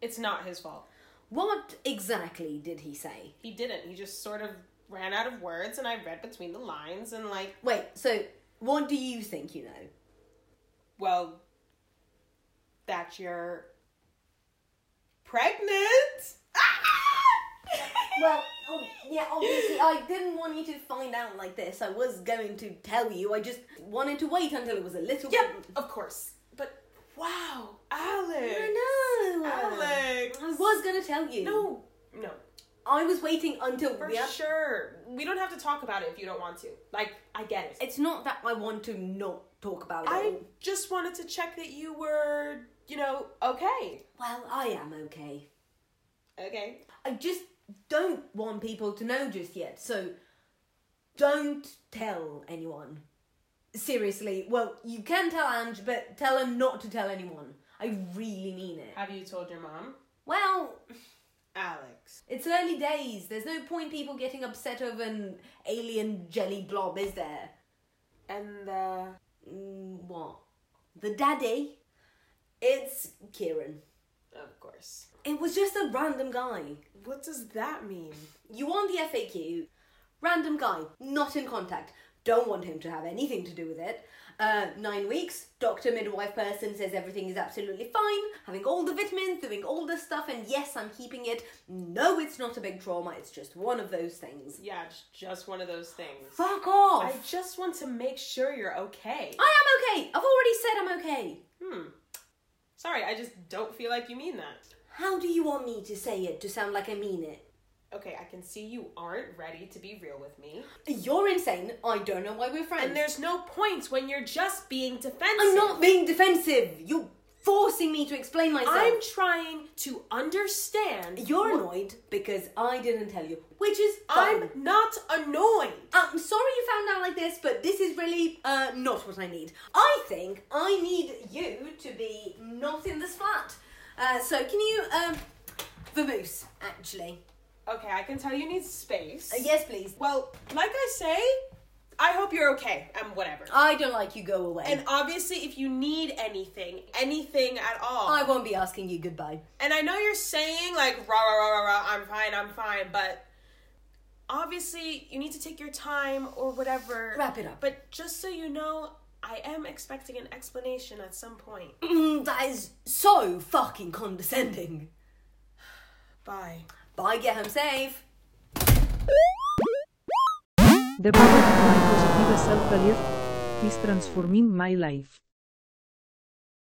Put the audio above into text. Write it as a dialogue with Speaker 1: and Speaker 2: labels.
Speaker 1: It's not his fault.
Speaker 2: What exactly did he say?
Speaker 1: He didn't. He just sort of ran out of words, and I read between the lines, and like,
Speaker 2: Wait, so what do you think you know?
Speaker 1: well, that you're pregnant. Ah!
Speaker 2: Well, oh, yeah, obviously, I didn't want you to find out like this. I was going to tell you. I just wanted to wait until it was a little
Speaker 1: Yep, of course. But wow, Alex.
Speaker 2: bit. I know.
Speaker 1: Alex.
Speaker 2: I was going to tell you.
Speaker 1: No, no,
Speaker 2: I was waiting until
Speaker 1: for
Speaker 2: we had-
Speaker 1: sure. We don't have to talk about it if you don't want to. Like, I get it.
Speaker 2: It's not that I want to not talk about
Speaker 1: I
Speaker 2: it.
Speaker 1: just wanted to check that you were, you know, okay.
Speaker 2: Well, I am okay.
Speaker 1: Okay.
Speaker 2: I just don't want people to know just yet, so don't tell anyone. Seriously, well, you can tell Ange, but tell her not to tell anyone. I really mean it.
Speaker 1: Have you told your mom?
Speaker 2: Well,
Speaker 1: Alex.
Speaker 2: it's early days. There's no point people getting upset over an alien jelly blob, is there?
Speaker 1: And, uh,
Speaker 2: Mm, what? The daddy? It's Kieran.
Speaker 1: of course.
Speaker 2: It was just a random guy.
Speaker 1: What does that mean?
Speaker 2: You want the FAQ. Random guy, not in contact. Don't want him to have anything to do with it. Uh, nine weeks, doctor midwife person says everything is absolutely fine, having all the vitamins, doing all the stuff, and yes, I'm keeping it. No, it's not a big trauma, it's just one of those things.
Speaker 1: Yeah, it's just one of those things.
Speaker 2: Fuck off!
Speaker 1: I just want to make sure you're okay.
Speaker 2: I am okay! I've already said I'm okay!
Speaker 1: Hmm. Sorry, I just don't feel like you mean that.
Speaker 2: How do you want me to say it to sound like I mean it?
Speaker 1: Okay, I can see you aren't ready to be real with me.
Speaker 2: You're insane, I don't know why we're friends.
Speaker 1: And there's no point when you're just being defensive.
Speaker 2: I'm not being defensive! You're forcing me to explain myself!
Speaker 1: I'm trying to understand.
Speaker 2: You're annoyed because I didn't tell you, which is fine.
Speaker 1: I'm not annoyed.
Speaker 2: I'm sorry you found out like this, but this is really uh, not what I need. I think I need you to be not in this flat. Uh, so can you, um, vamoose actually?
Speaker 1: Okay, I can tell you need space.
Speaker 2: Uh, yes, please.
Speaker 1: Well, like I say, I hope you're okay and whatever.
Speaker 2: I don't like you. Go away.
Speaker 1: And obviously, if you need anything, anything at all,
Speaker 2: I won't be asking you goodbye.
Speaker 1: and I know you're saying like rah rah rah rah rah, I'm fine, I'm fine, but obviously you need to take your time or whatever.
Speaker 2: Wrap it up.
Speaker 1: But just so you know, I am expecting an explanation at some point.
Speaker 2: Mm, that is so fucking condescending.
Speaker 1: Bye.
Speaker 2: Bye. Get home safe.
Speaker 3: The power of my positive self belief is transforming my life.